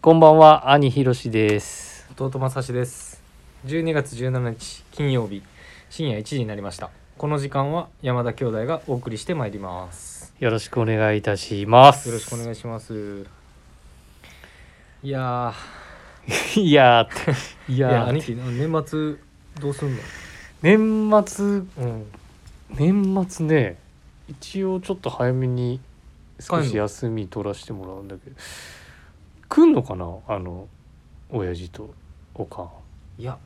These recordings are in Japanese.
こんばんは、兄ひろしです。弟まさしです12月17日金曜日深夜1時になりましたこの時間は山田兄弟がお送りしてまいりますよろしくお願いいたします。よろしくお願いしますいやい。いやーって、いーいややー兄貴年末どうすんの年末、うん年末ね、一応ちょっと早めに少帰んしの休み取らせてもらうんだけど、来んのかなあの、親父とおかん。いや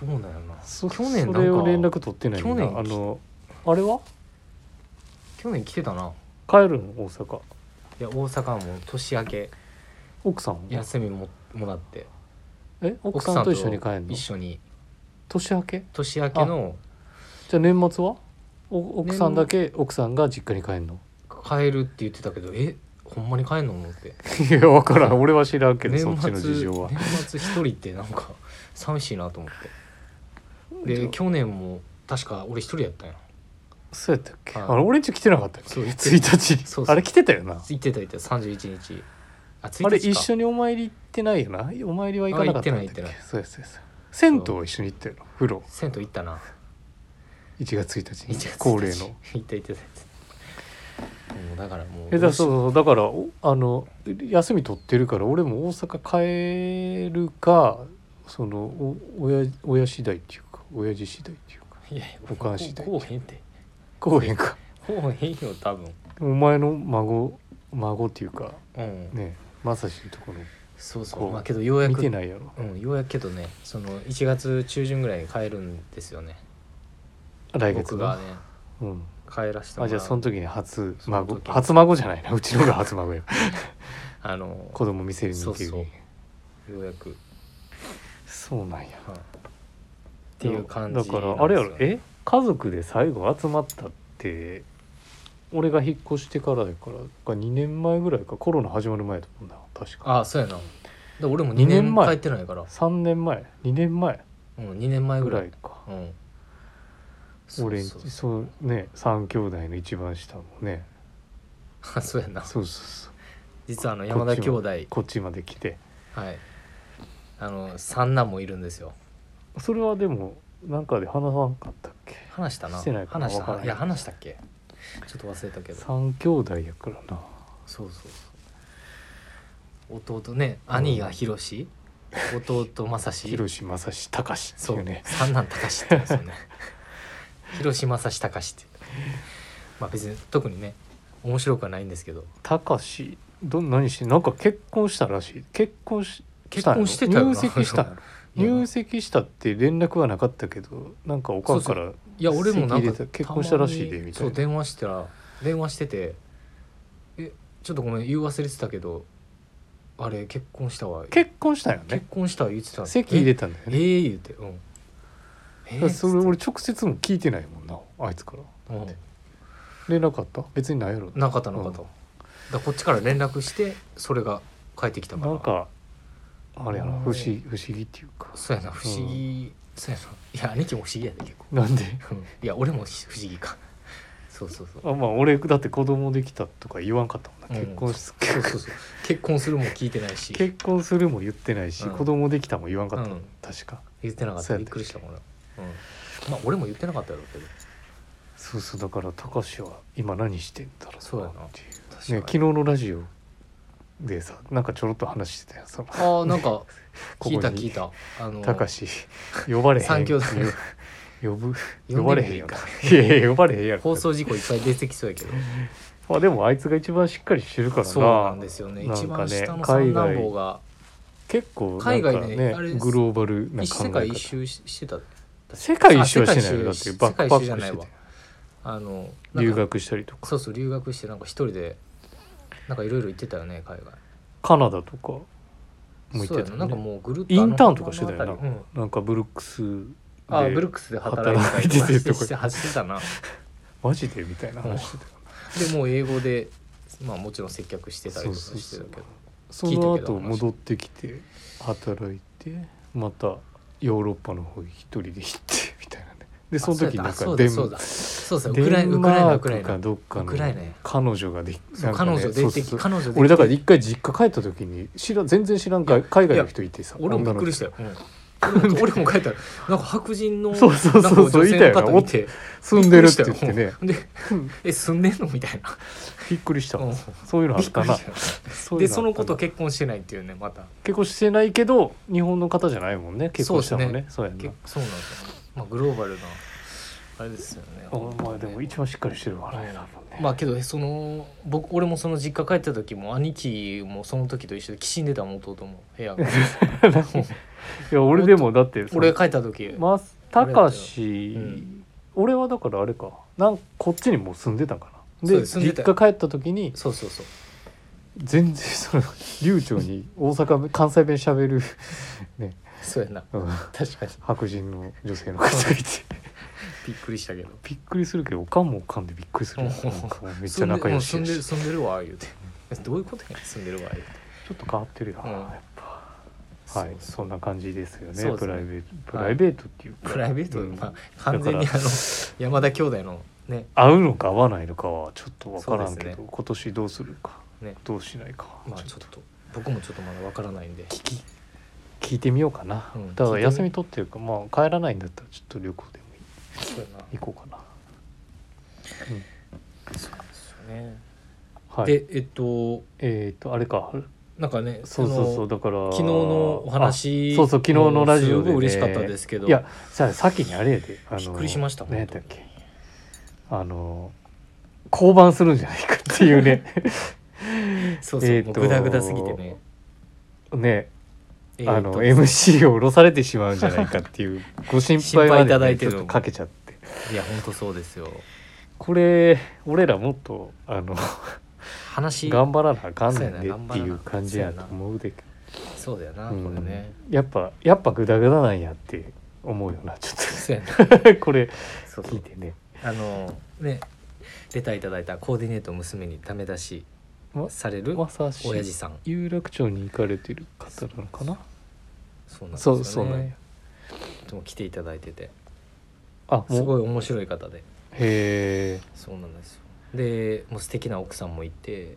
どうだよなそ去年なんかそれを連絡取ってないんだ去年あの、あれは去年来てたな帰るの大阪。いや大阪も年明け奥さんは休みももらってえ奥さんと一緒に帰るの一緒に年明け年明けのじゃあ年末はお奥さんだけ奥さんが実家に帰んの 帰るって言ってたけどえほんまに帰んの思っていや分からん俺は知らんけどそ年っちの事末情は年末一人ってなんか寂しいなと思ってでで去年も確か俺一人やったんやそうやったっけはいあれ俺んち来てなかったっけそう1日にそうそうあれ来てたよな行ってた行ってた31日あ1日かあれ一緒にお参り行ってないよなお参りは行かなかったんだっあ行っけてない行ってそうやそうやそうや銭湯は一緒に行ったよな風呂銭湯行ったな1月1日1に月1日恒例の行った行ってた行ってたもうだからもうえだそうどうしそうだからおあの休み取ってるから俺も大阪帰るかそのお親親次第っていうか親父次第っていうかいやいやおかん次第こうへんってこうへんかこうへんよ多分お前の孫孫っていうかうん、ねまさしのところそうそこううまあけどようや見くてないやろうんようやくけどねその1月中旬ぐらいに帰るんですよね来月僕がが、ねうん、帰らせてもあらじうゃあその時に初そ孫の時初孫じゃないなうちのが初孫よあの子供見せるに行けるそうようやくそうなんやはいっていう感じだからあれやろえ家族で最後集まったって俺が引っ越してからやからか2年前ぐらいかコロナ始まる前だもんな確かああそうやなで俺も二2年年前帰ってないから3年前2年前うん2年前ぐぐららいいかうん俺んそそうそううね3兄弟の一番下もねあそうやなそうそうそう実はあの山田兄弟はいこっちまで来てあの三男もいるんですよそれはでもなんかで話さんかったっけ話したなしてないかな話しわからたないいや話したっけちょっと忘れたけどそう3兄弟やからなそうそう弟ね兄がひろし弟まさし広志正志隆ってそいううね三男高志って言うんですよ ね広島正志高志ってまあ別に特にね面白くはないんですけど隆志ど何してなんか結婚したらしい結婚し結婚してたよ入な籍したんやろ いや入籍したって連絡はなかったけどなんかおかんからいや俺もな籍入んれかた結婚したらしいでまにみたいなそう電話したら電話してて「えちょっとごめん言う忘れてたけどあれ結婚したわ結婚したんよね結婚したわ言ってた籍入れてたんだよえねええ言うてうんえだからそれつっ俺直接も聞いてないもんなあいつからてうん連絡あった別にないやろなかったなかった、だからこっちから連絡してそれが返ってきたからなんかあれやなうん不思議不思議っていうかそうやな不思議、そうやないや兄貴も不思議やで結構なんでうんいや俺も不思議かそうそうそうあまあ俺だって子供できたとか言わんかったもんなうん結婚す、そうそうそう結婚するも聞いてないし結婚するも言ってないし、うん子供できたも言わんかったもん、うん確か言ってなかっそうやったたびっくりしたもん俺、うん、まあ俺も言ってなかったやろうけどそうそうだからたかしは今何してんだろそうやなっていう確ね、昨日のラジオでさなんかちょろっと話してたよそのああなんかこ 聞いたに聞いたあのたかし呼ばれへん三兄弟呼ぶ呼んでみ呼るばれへんよないやいや呼ばれへんやろ放送事故いっぱい出てきそうやけどまあでもあいつが一番しっかりしてるからなそうなんですよねなんかね一番下の三男坊が結構なんか、ね、海外であれグローバルな考え一方世界一周ししてた世界一周はしてないよだあって世界一周バックパック世界一周じゃないしてわてあのなんか留学したりとかそうそう留学してなんか一人でなんかいろいろ行ってたよね海外カナダとかも行っそうてやたなよなんかねもうぐるっとインターンとかしてたよな、あの辺りうんなんかブルックスあーブでルックスで働いてたりとか働いてしてるとこて走ってたなマジでみたいな話してたよなでもう英語でまあもちろん接客してたりとかそうそうしてそうたけどそ 聞いたけどの後戻ってきて働いてまたヨーロッパの方一人で行ってみたいなねでその時あなんそかうだデンあそうだそうだそうデですウクライナウンクライナマウークライクナかどっかウのクライナや彼女がでそなうんか彼ねそ女出うそてうそう彼女出て俺だから一回実家帰った時に知ら全然知らんか海外の人いてさ俺もびっくりしたたよ、うん俺も帰ったらなんか白人のそうそうそうそうなんか女性のいたよ方な見て住んでるって言ってねで「え住んでんの?」みたいなびっくりしたうんそういうのあびっったくりなしたそういうあでったなその子と結婚してないっていうねまた結婚してないけど日本の方じゃないもんね結婚したのねそうやんな結そうなんですよまあグローバルなあれですよねあまあでも一番しっかりしてるわね多うん分ねまあけどその僕俺もその実家帰った時も兄貴もその時と一緒できしんでたもん弟も 部屋がいや俺でもだってその俺帰った時、まあたかし、うん俺はだからあれかなんこっちにもう住んでたんかなそうでです住んでた実家帰った時にそうそうそう全然その流暢に大阪弁関西弁しゃべる、 ね、そうやなうん確かに白人の女性の方がいてびっくりしたけどびっくりするけどおかんもおかんでびっくりするなんかもうめっちゃ仲良し住んやでうんしち住んでる住んでるわ言うてえどういうことや住んでるわ言うてょっと変わってるよな、うんやっぱはいそうそんな感じですよねそうですねプライベートプライベートっていうか、プライベートうで、んまあ、完全にだあかの山田兄弟のね合うのか合わないのかはちょっと分からんけそうでど、すね今年どうするかねどうしないかは、まあちちょょっっとと僕もちょっとまだわからないんで聞き聞いてみようかな、うんだか聞いてらみ休み取ってるかまあ帰らないんだったらちょっと旅行でもそうやな行こうかな、うんそうなんですよねはい、でえっとえっ、とあれかなんかねそうそうそあうのだから昨日のお話あそうそう昨日のラジオで、ね、もうすごい嬉しかったですけどいやさあ先にあれやであのびっくりしました何やっ本た当っにけあの降板するんじゃないかっていう ねそうそう、えーもうとグダグダすぎてね、ねえあーのと MC を降ろされてしまうんじゃないかって いうご心配ま心配いでただね、いてちょるっとかけちゃっていや本当そうですよこれ俺らもっとあの話頑張らなあかんねんそうでやなっていう感じやと思うでそうだよな、うんこれねやっぱやっぱグダグダなんやって思うよなちょそうやなっとこれ そうそ聞いうてねあのねレターいただいたコーディネート娘にダメ出しまされるまさし親父さん有楽町に行かれてる方なのかなそうなんですそようねそうなんやでも来ていただいててあすもうごい面白い方でへえそうなんですよでもう素敵な奥さんもいて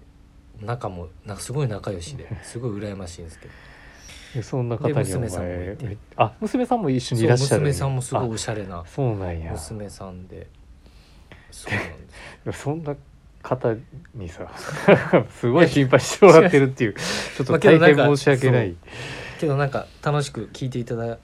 仲もなんかすごい仲良 しですごい羨ましいんですけどえそんな方にでお娘さんも前いてあ娘さんも一緒にいらっしゃそうるんや娘さんもすごいおあしゃれなそうなんや娘さんでそうなんですそんな方にさ すごい心配してもらってるっていうちょっまとあけ大どなん変か申し訳ない、けどなんか楽しく聞いていただ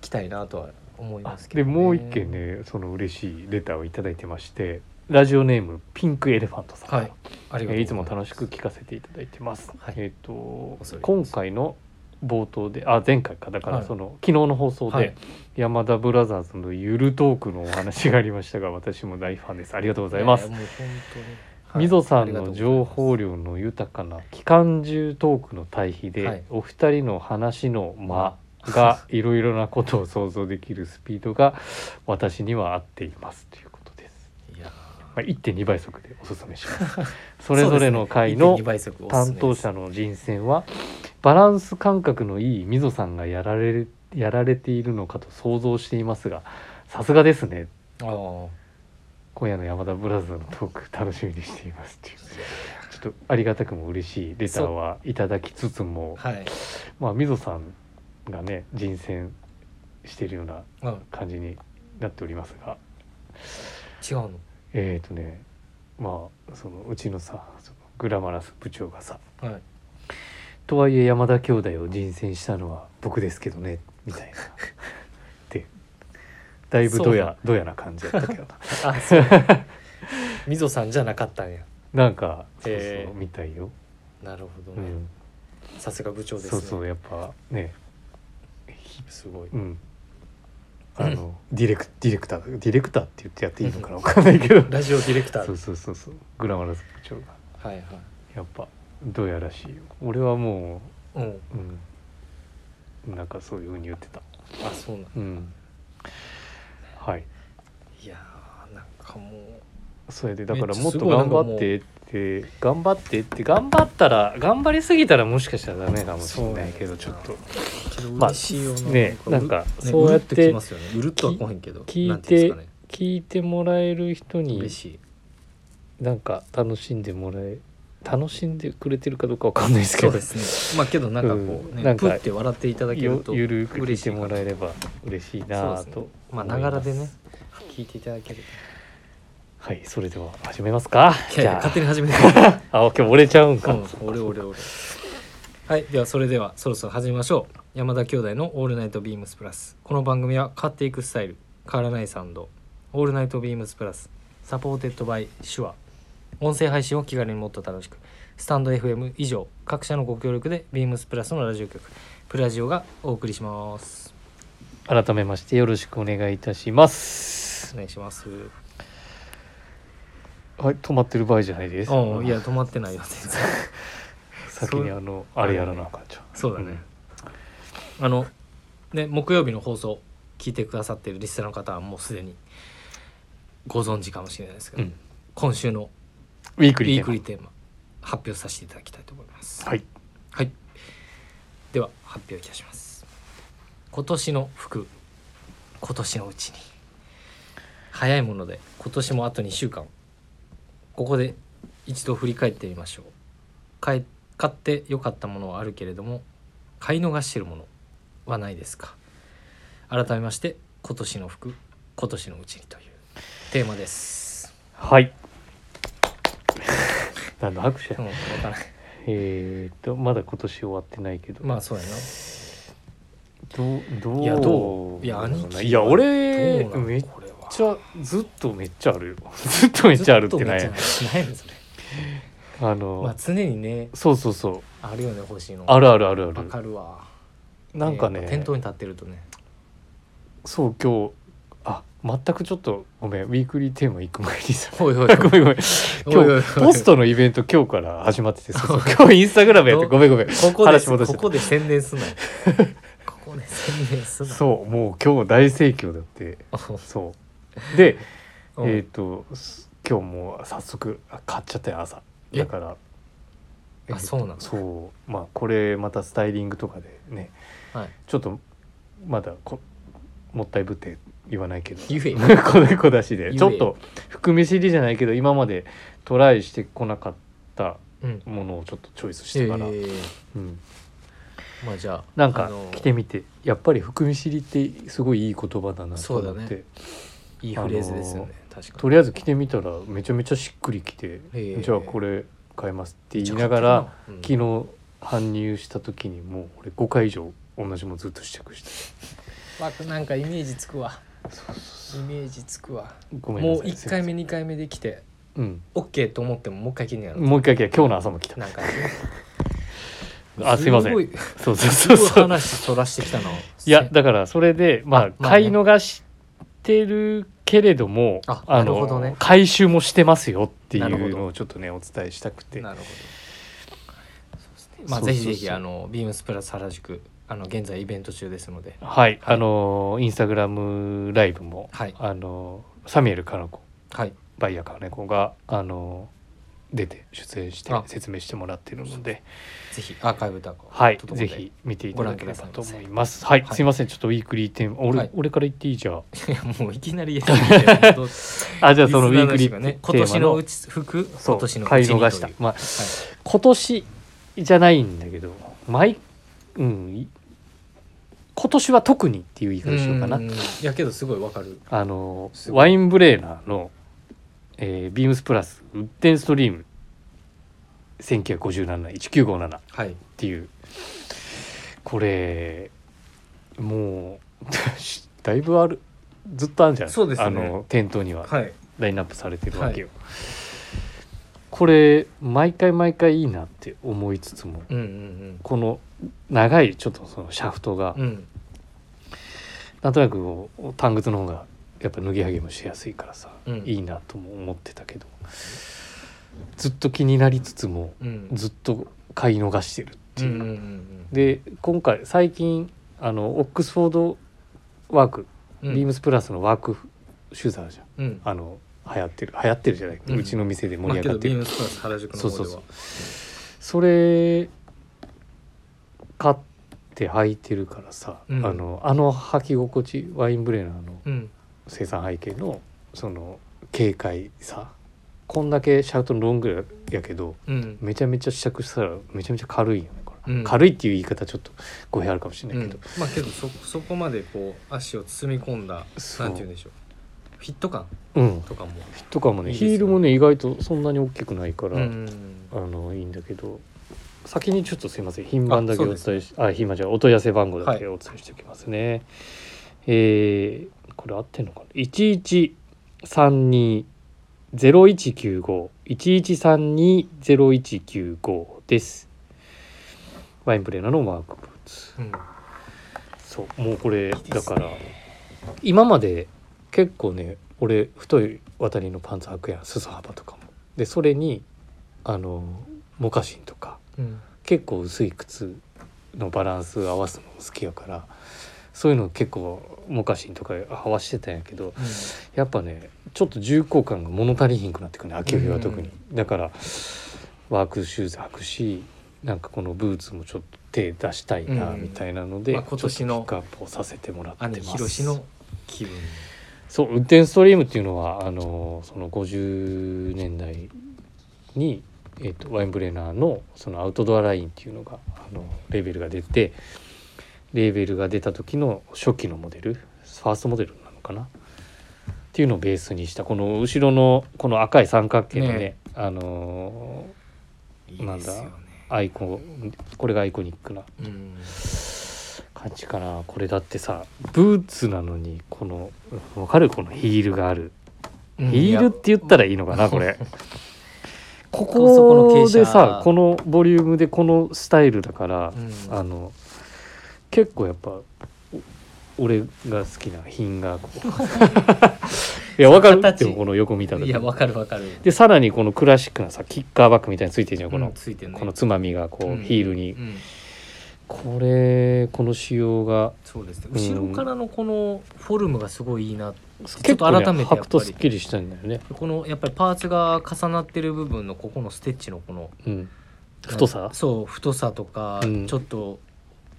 きたいなとは思いますけでど、もう一件ねその嬉しいレターをいただいてましてラジオネームピンクエレファントさんから、はいあえりがとうございまーすいつも楽しく聞かせていただいてます。はいえっ、と恐れ入ります今回の冒頭であ前回かだかはらいその、昨日の放送で、はい山田ブラザーズのゆるトークのお話がありましたが私も大ファンですありがとうございます。ややもう本当にはいみぞさありんがとうのござい情ます報量の豊かな機関銃トークの対比で、はいお二人の話の間が いろいろなことを想像できるスピードが私には合っていますということです。いやまあ、1.2倍速でおすすめします。 それぞれの回の担当者のの人選はバランス感覚のいいみぞさんがやられるやられているのかと想像していますがさすがですねああ今夜の山田ブラザーズのトーク楽しみにしていますっていうちょっとありがたくも嬉しいレターはいただきつつも、はい、まあみぞさんがね人選してるようなうん、感じになっておりますが違うのえっ、ー、とねまあそのうちのさそのグラマラス部長がさはいとはいえ山田兄弟を人選したのは僕ですけどねみたいなでだいぶどやどやな感じだったけどなあ そうみぞさんじゃなかったんやなんかそうそう、えーみたいよ、なるほどうね、ん、さすが部長ですねそうそうやっぱねすごい、うんあのディレクディレクターディレクターって言ってやっていいのかなわかんないけどラジオディレクターそうそうそうそうグラマラス部長がはいはいやっぱどうやらしいよ俺はもうんう、うん、なんかそういうふうに言ってたあそうなんうんはいいやーなんかもうそれでだからめっちゃもっすとごいなん頑かもう張ってってで頑張ってって頑張ったら頑張りすぎたらもしかしたらダメかもしれないけどちそょうっだねとけどまあ嬉しいよな、ねなんかうるそうやっうるってきますよねうるっとは来へんけどきなんていうんですかね聞いてもらえる人に嬉しいなんか楽しんでもらえ楽しんでくれてるかどうかわかんないですけそうどですねまあけどなんかこううんね、なんプかッて笑っていただけるよとゆるく聞い嬉していかもならえれば嬉しいなそうぁですとねまあ思ないがらすでね聞いていただけるはいそれでは始めますかいやいやじゃ勝手に始めてくだああ今日折れちゃうんさか、いうん俺俺俺はいではそれではそろそろ始めましょう山田兄弟の「オールナイトビームスプラス」この番組は変わっていくスタイル変わらないサウンド「オールナイトビームスプラス」サポーテッドバイ手話音声配信を気軽にもっと楽しくスタンド FM 以上各社のご協力でビームスプラスのラジオ局プラジオがお送りします改めましてよろしくお願いいたしますお願いしますはい止まってる場合じゃないですうんいや止まってないよ 全然先にあのあれやらなあかんちゃうそうだね、あのね木曜日の放送聞いてくださっているリスナーの方はもうすでにご存知かもしれないですけうど、ん、うん今週のウィークウリーテーィークマリーテーマ発表させていただきたいと思いますはいはいでは発表いたします今年の服今年のうちに早いもので今年もあと2週間ここで一度振り返ってみましょう買え買って良かったものはあるけれども買い逃してるものはないですか改めまして今年の服今年のうちにというテーマですはい 何の拍手やうんわからないえーっとまだ今年終わってないけどまあそうやなどうどういいやどういいやや兄貴いや俺どうなのめっこれはちゃずっとめっちゃあるよ ずっとめっちゃあるってなずいとめっちゃあるないそれあの、まあ常にねそうそうそうあるよね欲しいのあるあるあるあわるかるわなんかねやっぱ店頭に立ってるとねそう今日あ全くちょっとごめんウィークリーテーマ行く前に さおいおいおいごめんごめんおいおいおい今日ポストのイベント今日から始まってて そうそう今日インスタグラムやってどごめんごめんここで話戻しこてこで宣 伝すなよここで宣伝すなよそうもう今日大盛況だってそうでうんえっ、とす今日もう早速あ買っちゃったよ朝えだからえーとそうなのそうまあこれまたスタイリングとかでねはいちょっとまだこもったいぶって言わないけど言 えよこねこ出し言えでよちょっと含み知りじゃないけど今までトライしてこなかったうんものをちょっとチョイスしてから、えーうん、まあじゃあなんあかの着てみてやっぱり含み知りってすごいいい言葉だなと思そうっだて、ねいいフレーズですよね確かとにりあえず着てみたらめちゃめちゃしっくりきて、ええじゃあこれ買いますって言いながらうん昨日搬入した時にもう俺5回以上同じものずっと試着してわなんかイメージつくわイメージつくわごめんなもうさい1回目すい2回目で来てません OK と思ってももう一回気になうるんもう一回着た今日の朝も来たなんかあすいませんごいそうそうそうすそごいう話そらしてきたないやだからそれでまあまあね買い逃してるけれどもああなるほどねの回収もしてますよっていなるうほどのをちょっとねお伝えしたくてなるほどそうですねまあそうそうそうぜひぜひあのビームスプラス原宿あの現在イベント中ですのではい、あのインスタグラムライブも、はいあのサミュエルかな子はいバイヤーかね子があの出て出演してあ説明してもらってるので、ぜひアーカイブとかはいと、ころぜでひ見ていただければとご覧ください思います。はい、はいすいません、ちょっとウィークリーテーマ、俺、はい俺から言っていいじゃん。いやもういきなり言えたけどあ、 じゃあそのウリスィナークリーテ話 ーがマね今年のうち服そ今う年の買ういちに逃したとい。うまあはい今年じゃないんだけど、毎うんい今年は特にっていう言い方しようかなうん。いやけどすごいわかるあのすごいワインブレーナーの、えービームスプラスウッデンストリーム19571957っはいていうこれもう しだいぶあるずっとあるんじゃないそうですねあの店頭にははいラインナップされてるわけよ、これ毎回毎回いいなって思いつつもうんうんこの長いちょっとそのシャフトがうんうんなんとなくこう短靴の方がやっぱ脱ぎ上げもしやすいからさ、うんいいなとも思ってたけどずっと気になりつつもうんずっと買い逃してるってういんう、うんうんで今回最近あのオックスフォードワーク、うんビームスプラスのワークシューザーじゃんうんあの流行ってる流行ってるじゃない、ううんちの店でま盛ありけ上がどってビーる、ムスプラス原宿の方ではそうそうそれ買って履いてるからさ、うんあのあの履き心地ワインブレナーのうん生産背景のその軽快さこんだけシャウトのロングやけどうんめちゃめちゃ試着したらめちゃめちゃ軽いよねこれ、うん軽いっていう言い方ちょっと語弊あるかもしれうないんけど、、まあけどそそこまでこう足を包み込んだそうなんて言うんでしょうフィット感うんとかもとかもねいいですヒよねールもね意外とそんなに大きくないから、うんあのいいんだけど先にちょっとすいません品番だけあおそう伝ですえしあ品番じゃないお問い合わせ番号だけはお伝えしておきますね、えーこれ合ってんのかな1132-01951132-0195ですワインプレーナーのマークブーツうんそうもうこれいいですねだから今まで結構ね俺太い渡りのパンツ履くやん裾幅とかもでそれにあのモカシンとかうん結構薄い靴のバランス合わすのも好きやからそういうの結構モカシンとか合わしてたんやけどやっぱねちょっと重厚感が物足りひんくなってくるね秋冬は特に、だからワークシューズ履くしなんかこのブーツもちょっと手出したいなうんみたいなので、まあ今年のちょっとピックアップをさせてもらって姉まひろしすの気分そう運転ストリームっていうのはあのその50年代に、えっとワインブレナーのそのアウトドアラインっていうのがあのレーベルが出てレーベルが出た時の初期のモデルファーストモデルなのかなっていうのをベースにしたこの後ろのこの赤い三角形のねねあのいいですよねアイコンこれがアイコニックなうん感じかなこれだってさブーツなのにこのわかるこのヒールがあるうんヒールって言ったらいいのか なこれこそこのこ傾でさ斜このボリュームでこのスタイルだからい、やあの結構やっぱお俺が好きな品がこ ういやわかるって形この横見たうん時いやわかるわかるでさらにこのクラシックなさキッカーバッグみたいについてるじゃんこうのん、ついてるねこのつまみがこう、うんヒールに、うんこれこの仕様がそうですねうん後ろからのこのフォルムがすごいいいなちょ結っと構、ね、改めてやっぱり履くとすっきりしたんだよね、このやっぱりパーツが重なってる部分のここのステッチのこのうん、太なんさかそう太さとか、うんちょっと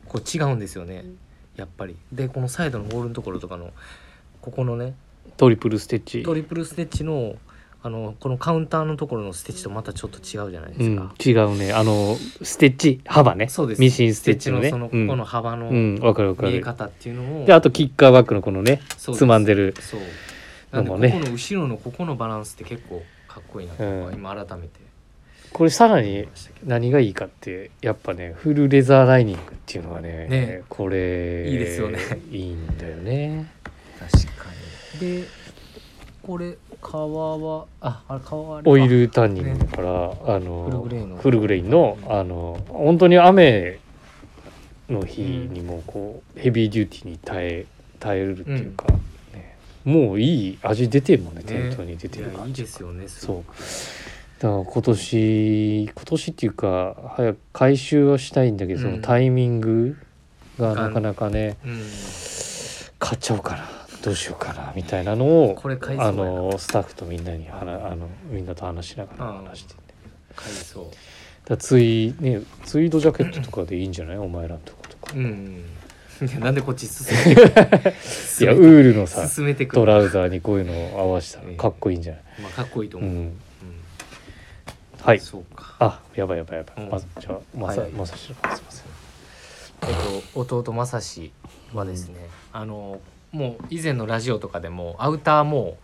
こう違うんですよねやっぱりでこのサイドのボールのところとかのここのねトリプルステッチトリプルステッチのあのこのカウンターのところのステッチとまたちょっと違うじゃないでうすんか、、違うねあのステッチ幅ねそうですミシンステッチのねステッチうのんそのここの幅のう見んわかるわかえる方っていうのをであとキッカーバックのこのねそうでつすまんでるそうなのんでもこねこの後ろのここのバランスって結構かっこいいなと、うん今改めてこれさら思いにましたけど何がいいかってやっぱねフルレザーライニングっていうのがねねこれいいですよねいいんだよね確かにでこれ革はああれ革はあれかオイルタンニングだから、あのフルグレーのフルグレインのあの本当に雨の日にもこう、ヘビーデューティーに耐え耐えるっていうか、ねもういい味出てるもんね店頭に出てるいや感いいじですよねすそごいうだから今年今年っていうか早く回収はしたいんだけど、うんそのタイミングがなかなかねうん買っちゃおうかなどうしようかなみたいなのをこれ買いそうあやなのスタッフとみんなに話あのみんなと話しながらうん話してんだけど買いそだからツイねツイードジャケットとかでいいんじゃないお 前らのとことかううんいやなんでこっち進めて いくやウるールのさ進めてくトるラウザーにこういうのを合わせたらかっこいいんじゃない、まあかっこいいとう思う、うんんはいそうかあやばいやばいやばい、うんまずじゃあまさ、はいまさしのすいませんえっと弟正志はですね、あのもう以前のラジオとかでもアウターも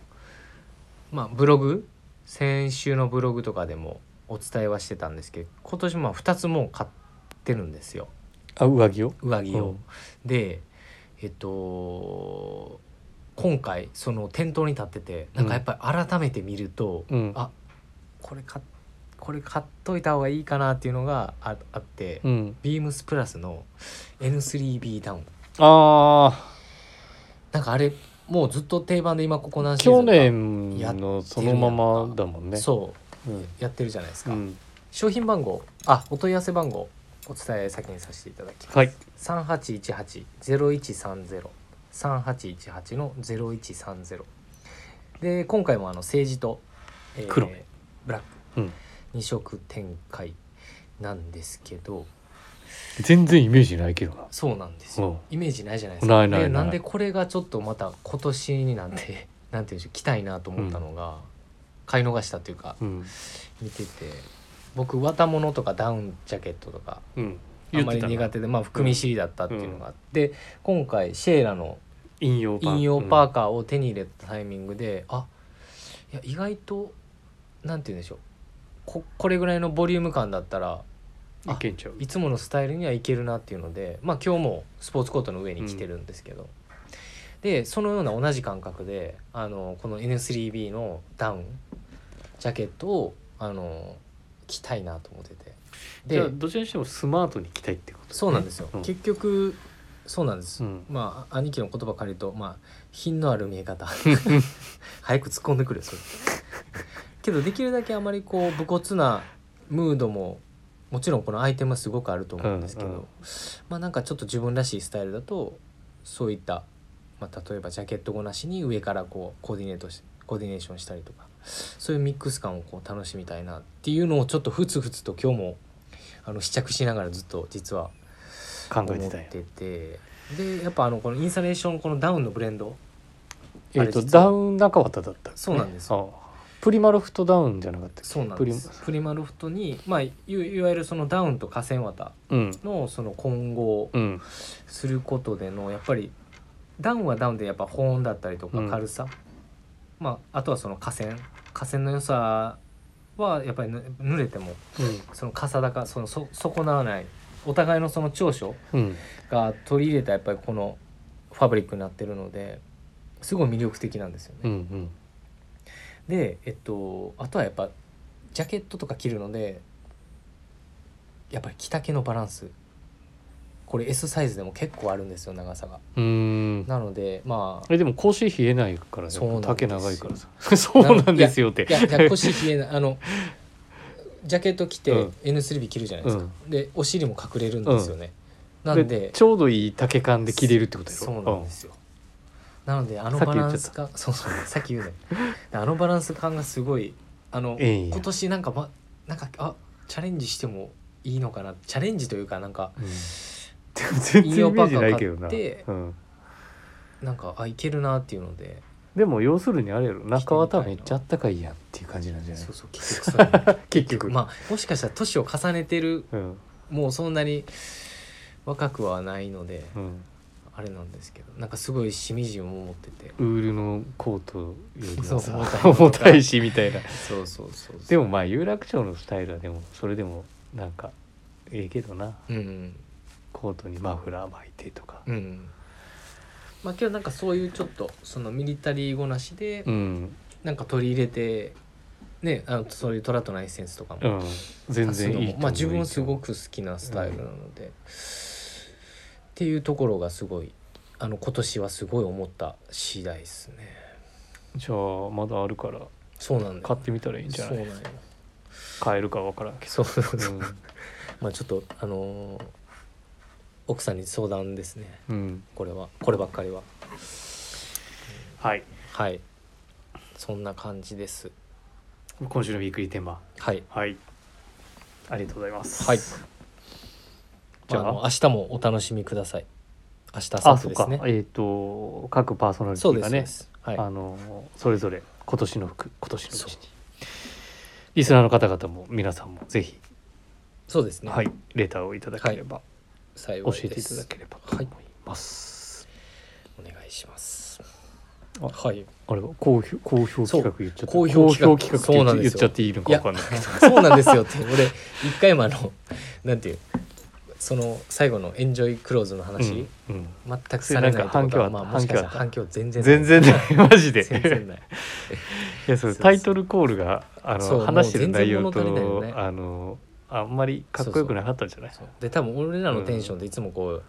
まあブログ先週のブログとかでもお伝えはしてたんですけど今年まあ2つもう買ってるんですよあ上着を上着を。うんでえっと今回その店頭に立っててなんかやっぱり改めて見ると、うんあこれ買っこれ買っといた方がいいかなっていうのがああって。うんビームスプラスの N3B ダウンあなんかあれもうずっと定番で今ここ何あシーズ去ン年かやってるやんのかそのままだもんね、そううんやってるじゃないですうか、ん、商品番号あお問い合わせ番号お伝え先にさせていただきます、はい3818-0130 3818の0130で今回もあの政治と、えー黒目ブラッうんク2色展開なんですけど全然イメージないけどなそうなんですよ、イメージないじゃないですかないないないでんでこれがちょっとまた今年になんて なんていうんでしょう来たいなと思ったのが、買い逃したというかうん、見てて僕綿物とかダウンジャケットとかうん、あんまり苦な手で、まあ、含み知りだったっていうのがあって、今回シェーラの引用パー引用パーカーを手に入れたタイミングで、あいや意外となんて言うんでしょうここれぐらいのボリューム感だったらうん、いけんちゃういつものスタイルにはいけるなっていうので、まあ、今日もスポーツコートの上に着てるんですけど、でそのような同じ感覚であのこの N3B のダウンジャケットをあの着たいなと思っててじゃあでどちらにしてもスマートに着たいってことね、そうなんですよ、うん結局そうなんです、うんまあ兄貴の言葉借りるとまあ品のある見 え方早く突っ込んでくるよそれけどできるだけあまりこう武骨なムードももちろんこのアイテムはすごくあると思うんですけど、うんうんまあなんかちょっと自分らしいスタイルだとそういった、まあ、例えばジャケットごなしに上からこうコーディネートしコーディネーションしたりとかそういうミックス感をこう楽しみたいなっていうのをちょっとふつふつと今日もあの試着しながらずっと実は考思えてったんやててでやっぱあのこのインスタレーションこのダウンのブレンドえっ、あれと実はダウン中綿だったっけねそうなんですよああプリマロフトダウンじゃなかったっけそうなんですプリマロフトに、まあ、いいわゆるそのダウンと河川綿プリマのその混合うんうんすることでのやっぱりダウンはダウンでやっぱ保温だったりとうかん軽さ、まあ、あとはその河川河川の良さはやっぱりぬ濡れてもそのかさだかそのそ損なわないお互いのその長所うんうんが取り入れたやっぱりこのファブリックになってるのですごい魅力的なんですよね。うんうんでえっとあとはやっぱジャケットとか着るのでやっぱり着丈のバランスこれ S サイズでも結構あるんですよ長さがうーんなのでまあえでも腰冷えないからねそうなんですよ丈長いからさ そうなんですよっていやいや腰冷えないあのジャケット着てうん N3B 着るじゃないですか、でお尻も隠れるんですよね、なでんでちょうどいい丈感で着れるってことやろそうなんですよ、なのであのさっバき言ラっちゃったンス感そうそうさっき言うねあのバランス感がすごいあのうんええんや今年なんかまなんかあチャレンジしてもいいのかなチャレンジというかなんかうんでも全然イメージないけどな、イオパーカー買ってうん、なんかあいけるなっていうのででも要するにあれやろ中綿めっちゃあったかいやんっていう感じなんじゃないそうそう結局そうなんだ結局 まあもしかしたら年を重ねてるうんもうそんなに若くはないのでうん、あれなんですけどなんかすごいしみじみ思っててウールのコートよりはさそう重た い重たいしみたいなそうそうそうそうでもまあ有楽町のスタイルはでもそれでもなんかええけどなうんコートにマフラー巻いてとかうんうんまあ今日なんかそういうちょっとそのミリタリー語なしでうん、なんか取り入れてねあのそういうトラとのエッセンスとかもうん、全足すの然もいいと思うまあ自分はすごく好きなスタイルなので、っていうところがすごいあの今年はすごい思った次第ですねじゃあまだあるからそうなんだよ買ってみたらいいんじゃないそうなんよ買えるかわからんけそうそうそうどまあちょっとあのー奥さんに相談ですねうん、うん、これはこればっかりははいはいそんな感じです今週のウィークリーテーマはいはいありがとうございますはいじじゃゃああの明日もお楽しみください明日明あ後日そでうすか、ねえっ、と各パーソナリテそうィですがそうでねすはいあのそれぞれ今年の服今年のうちにそうリスナーの方々も皆さんもぜひ、そうですねはい、レターをいただければ、幸教いえてでいたすだければと思います、お願いしますあはいあれは好評好評企画言っちゃったそう好評企好画評そうなっんて言っですよちゃっていいのかいわやかんないけどそうなんです よって俺一回もあのなんていうその最後のエンジョイクローズの話、うんうん全くされないってことはなんか反響あったまあもしかしたら反反響全然ない全然 ないマジで全然ない いやそれタイトルコールがあそのう話してる内容もう全然物足とりないよねあのあんまりかっこよくなかったんじゃないそうで多分俺らのテンションっていつもこう、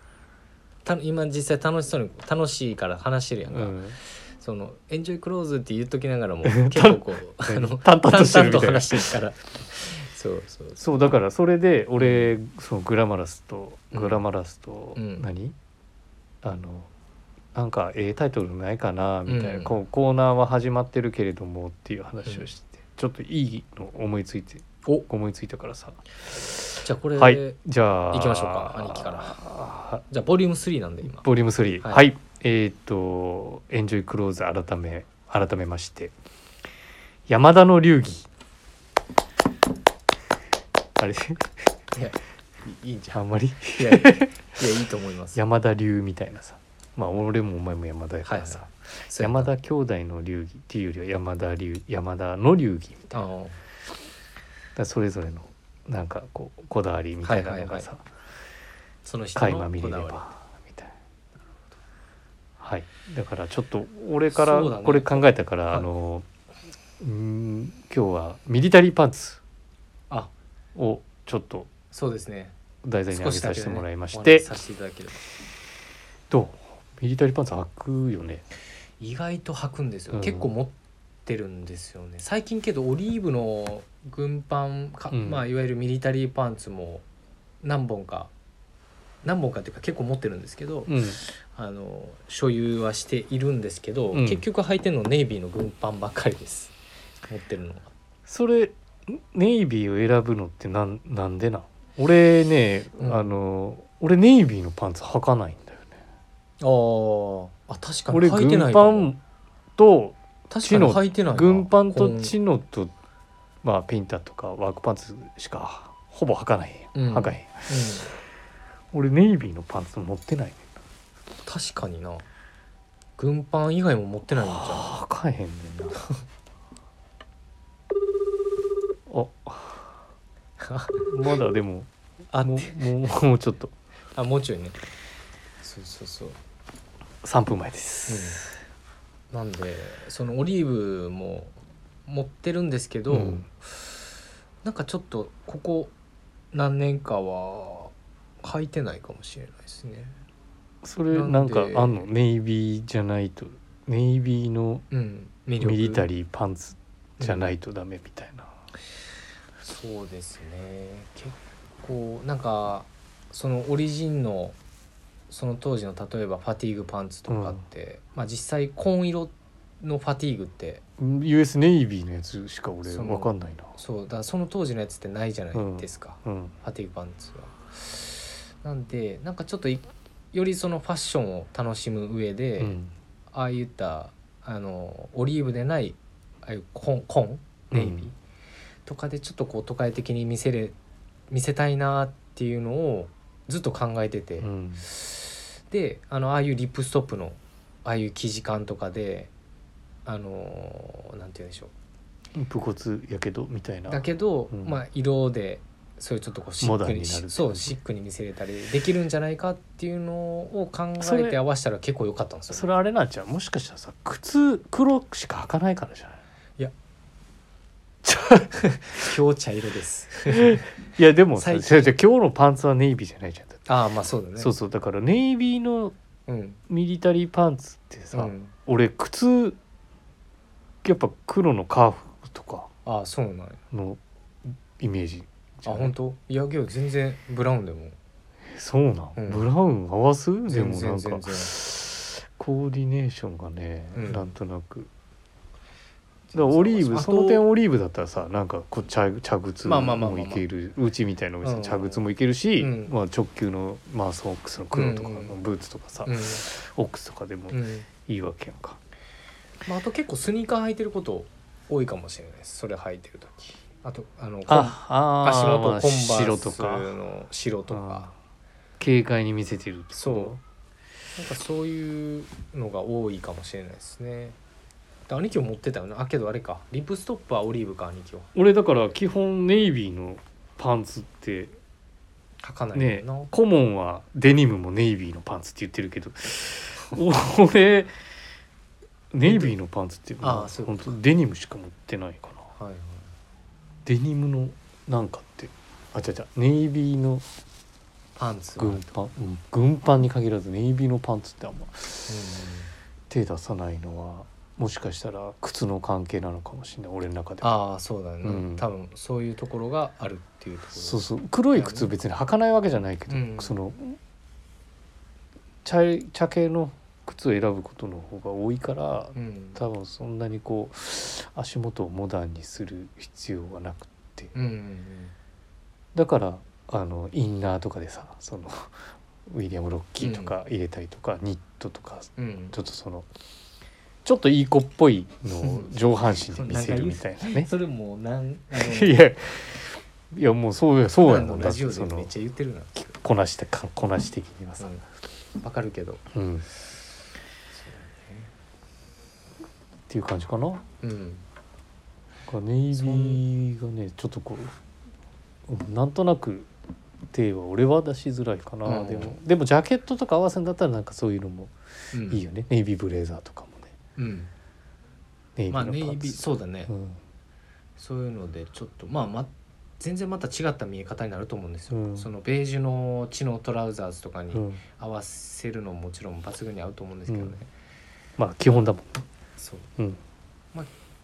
た今実際楽しそうに楽しいから話してるやんか、うんそのエンジョイクローズって言っときなが らも結構こうあの淡々としてるみたいな淡々話してるからそうそうそうそうだからそれで俺そのグラマラスとグラマラスとうん何あのなんかええタイトルないかなみたいな、うんこうコーナーは始まってるけれどもっていう話をして、ちょっといいの思いついてお思いついたからさ、じゃあこれ、はいじゃあ行きましょうか兄貴かららじゃあボリューム3なんで今ボリューム3は、はいいえーっと「エンジョイクローズ」改め改めまして「山田の流儀」あれいやいいんじあんまりいやいやいいと思います山田流みたいなさまあ俺もお前も山田やからさ、はいは山田兄弟の流儀っていうよりは山田流山田の流儀あのだからそれぞれのなんかこうこだわりみたいなのがさ、その人垣間の見れこれだわばみたいな。はい、だからちょっと俺かそうだらねこれ考えたから、はいあのうーん今日はミリタリーパンツりあをちょっとそうですね題材に少挙げしさだけせてもらいましねおて、話しさせていただければどうミリタリーパンツ履くよね意外と履くんですよ、うん結構持ってるんですよね最近けどオリーブの軍パンか、うんまあいわゆるミリタリーパンツも何本か何本かっていうか結構持ってるんですけど、うんあの所有はしているんですけど、うん結局履いてるのネイビーの軍パンばっかりです持ってるのがそれんネイビーを選ぶのってなんなんでなん俺ね、うんあの俺ネイビーのパンツ履かないんだよねああ確かに俺履い軍てないかもパンと確かに履いてないな軍パンとこんチノと、まあ、ピンタとかワークパンツしかほぼ履かない、うん履かへんう俺ネイビーのパンツ持ってないねん確かにな軍パン以外も持ってないんじゃ履かへんねんな あんまだでもあもうもうもうちょっとあもうちょいねそうそうそう、 3分前です、うん、なんでそのオリーブも持ってるんですけど、うんなんかちょっとここ何年かは履いてないかもしれないですねそれななんんでかあんのネイビーじゃないとネイビーのうんミミリタリリーパンツじゃないとダメみたいな、そうですね結構なんかそのオリジンのその当時の例えばファティーグパンツとかって、まあ実際紺色のファティーグって US ネイビーのやつしか俺そのわかんないなそうだその当時のやつってないじゃないですか、うんファティーグパンツは。なんでなんかちょっといよりそのファッションを楽しむ上で、うんああいったあのオリーブでないああいうコンコンネイビー、うんとかでちょっとこう都会的に見せれ見せたいなっていうのをずっと考えてて、うんであのああいうリップストップのああいう生地感とかであのなんて言うんでしょ武骨やけどみたいうなだけど、うんまあ色でそういうちょっとこうシモッダクンにになるっていうそうシックに見せれたりできるんじゃないかっていうのを考そえれて合わせたら結構良かったんですよね、それあれなんちゃうもしかしたらさ靴黒しか履かないからじゃないいやちょ今日茶色ですいやでもさ最じ近ゃじゃ今日のパンツはネイビーじゃないじゃんだって ああまあそうだねそうそうだからネイビーのうんミリタリーパンツってうさ、ん、俺靴やっぱ黒のカーフとかああそうなんやのイメージあ本当いやけど全然ブラウンでもそうなん、うんブラウン合わすで全もな然んか全然コーディネーションがね、うんなんとなくだからオリーブあとその点オリーブだったらさなんかこう茶茶靴まあまあまあまあもまあいけるうちみたいなお店、うん茶靴もいけるし、うんまあ、直球の、まあ、ソックスの黒とかのうんうんブーツとかさ、うオックスとかでもん、うんいいわけやんか、まあ、あと結構スニーカー履いてること多いかもしれないですそれ履いてる時あとああのコンあ足元コンまバあース白とかの白とか軽快に見せてるってことそうなんかそういうのが多いかもしれないですねで兄貴も持ってたよねあけどあれかリップストップはオリーブか兄貴は俺だから基本ネイビーのパンツって履かないもんねな、コモンはデニムもネイビーのパンツって言ってるけど俺ネイビーのパンツっていうのあはーそういう本こと当デニムしか持ってないかなはいはいデニムのなんかってあ違う違うネイビーのパンツは、うん軍パン、うん、軍パンに限らずネイビーのパンツってあんまあ手出さないのはもしかしたら靴の関係なのかもしれない俺の中ではあそうだよね、うん多分そういうところがあるっていうところそうそう黒い靴別に履かないわけじゃないけど、うんその茶い茶系の靴を選ぶことの方が多いからうん多分そんなにこう足元をモダンにする必要がなくってうんうんだからあのインナーとかでさそのウィリアム・ロッキーとか入れたりとか、ニットとかうんうんちょっとそのちょっといい子っぽいのを上半身で見せるみたいなね。それもうなんあのいやいやもうそうやそうやもんだラっジてオそでめっのちゃ言ってるなこなしてかこなし的にはさ。うんわかるけどうんっていう感じかな。うんなんかネイビーがねちょっとこううんなんとなく手は俺は出しづらいかな、うんでもでもジャケットとか合わせるんだったらなんかそういうのもうんいいよね、ネイビーブレザーとかもねうんネイビまあーのパネイビーーツ、そうだねうんそういうのでちょっとまあま全然また違った見え方になると思うんですよ、うんそのベージュの血のトラウザーズとかうにん、合わせるのももちろん抜群に合うと思うんですけどね、まあ基本だもんそううん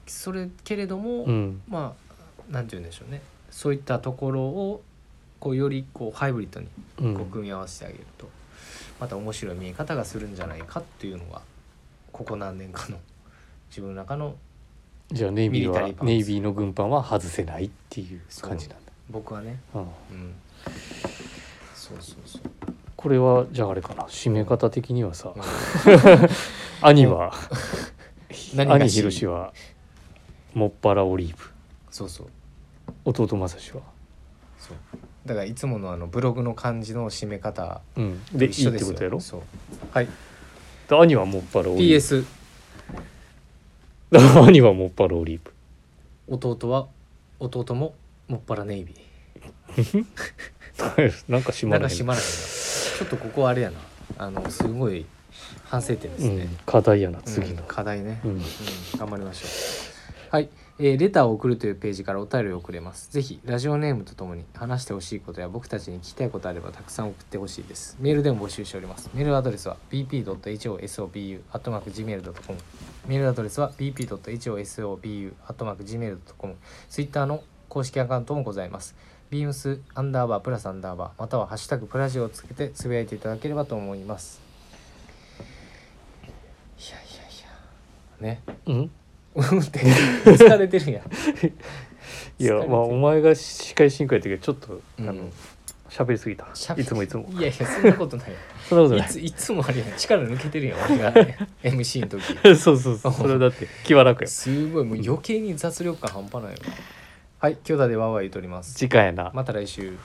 それけれども、うんまあなんて言うんでしょうねそういったところをこうよりこうハイブリッドにうこうん組み合わせてあげると、また面白い見え方がするんじゃないかっていうのがここ何年かの 自分の中のじゃあネイビーミリタリはーパンツネイビーの軍パンは外せないっていう感じなんだ、僕はね、うん、うん、そうそうそうこれはじゃああれかな締め方的にはさ、うん兄は何が兄しひろしはもっぱらオリーブそうそう弟まさしはそうだからいつものあのブログの感じの締め方うん、とでい一いっ緒でてすよことやろそうはいで兄はもっぱらオリー PS ブ兄はもっぱらオリーブ 弟は弟ももっぱらネイビーなんか閉なまんらかへん閉まらへんなちょっとここはあれやなあのすごい反省点ですうね、ん、課題やな次うんの、課題ね、ううんん頑張りましょうはい、えーレターを送るというページからお便りを送れますぜひラジオネームとともに話してほしいことや僕たちに聞きたいことあればたくさん送ってほしいですメールでも募集しておりますメールアドレスは bp.hosobu.gmail.com メールアドレスは bp.hosobu.gmail.com ツイッターの公式アカウントもございますビームスアンダーバープラスアンダーバーまたはハッシュタグプラジオをつけてつぶやいていただければと思いますいやいやいやねうん、うんって疲れてるやん。いや疲れてるまあお前が司会進行やったけどちょっと、うんあの喋りすぎた喋りいつもいつもいやいやそんなことないよ。そんなこといないついつもあれやん力抜けてるやん俺が、ね、MC の時。 そうそうそうそれはだって気は楽やすごいもう余計に雑力感半端ないよ。はい兄弟でわーわー言うとります。時間やなまた来週。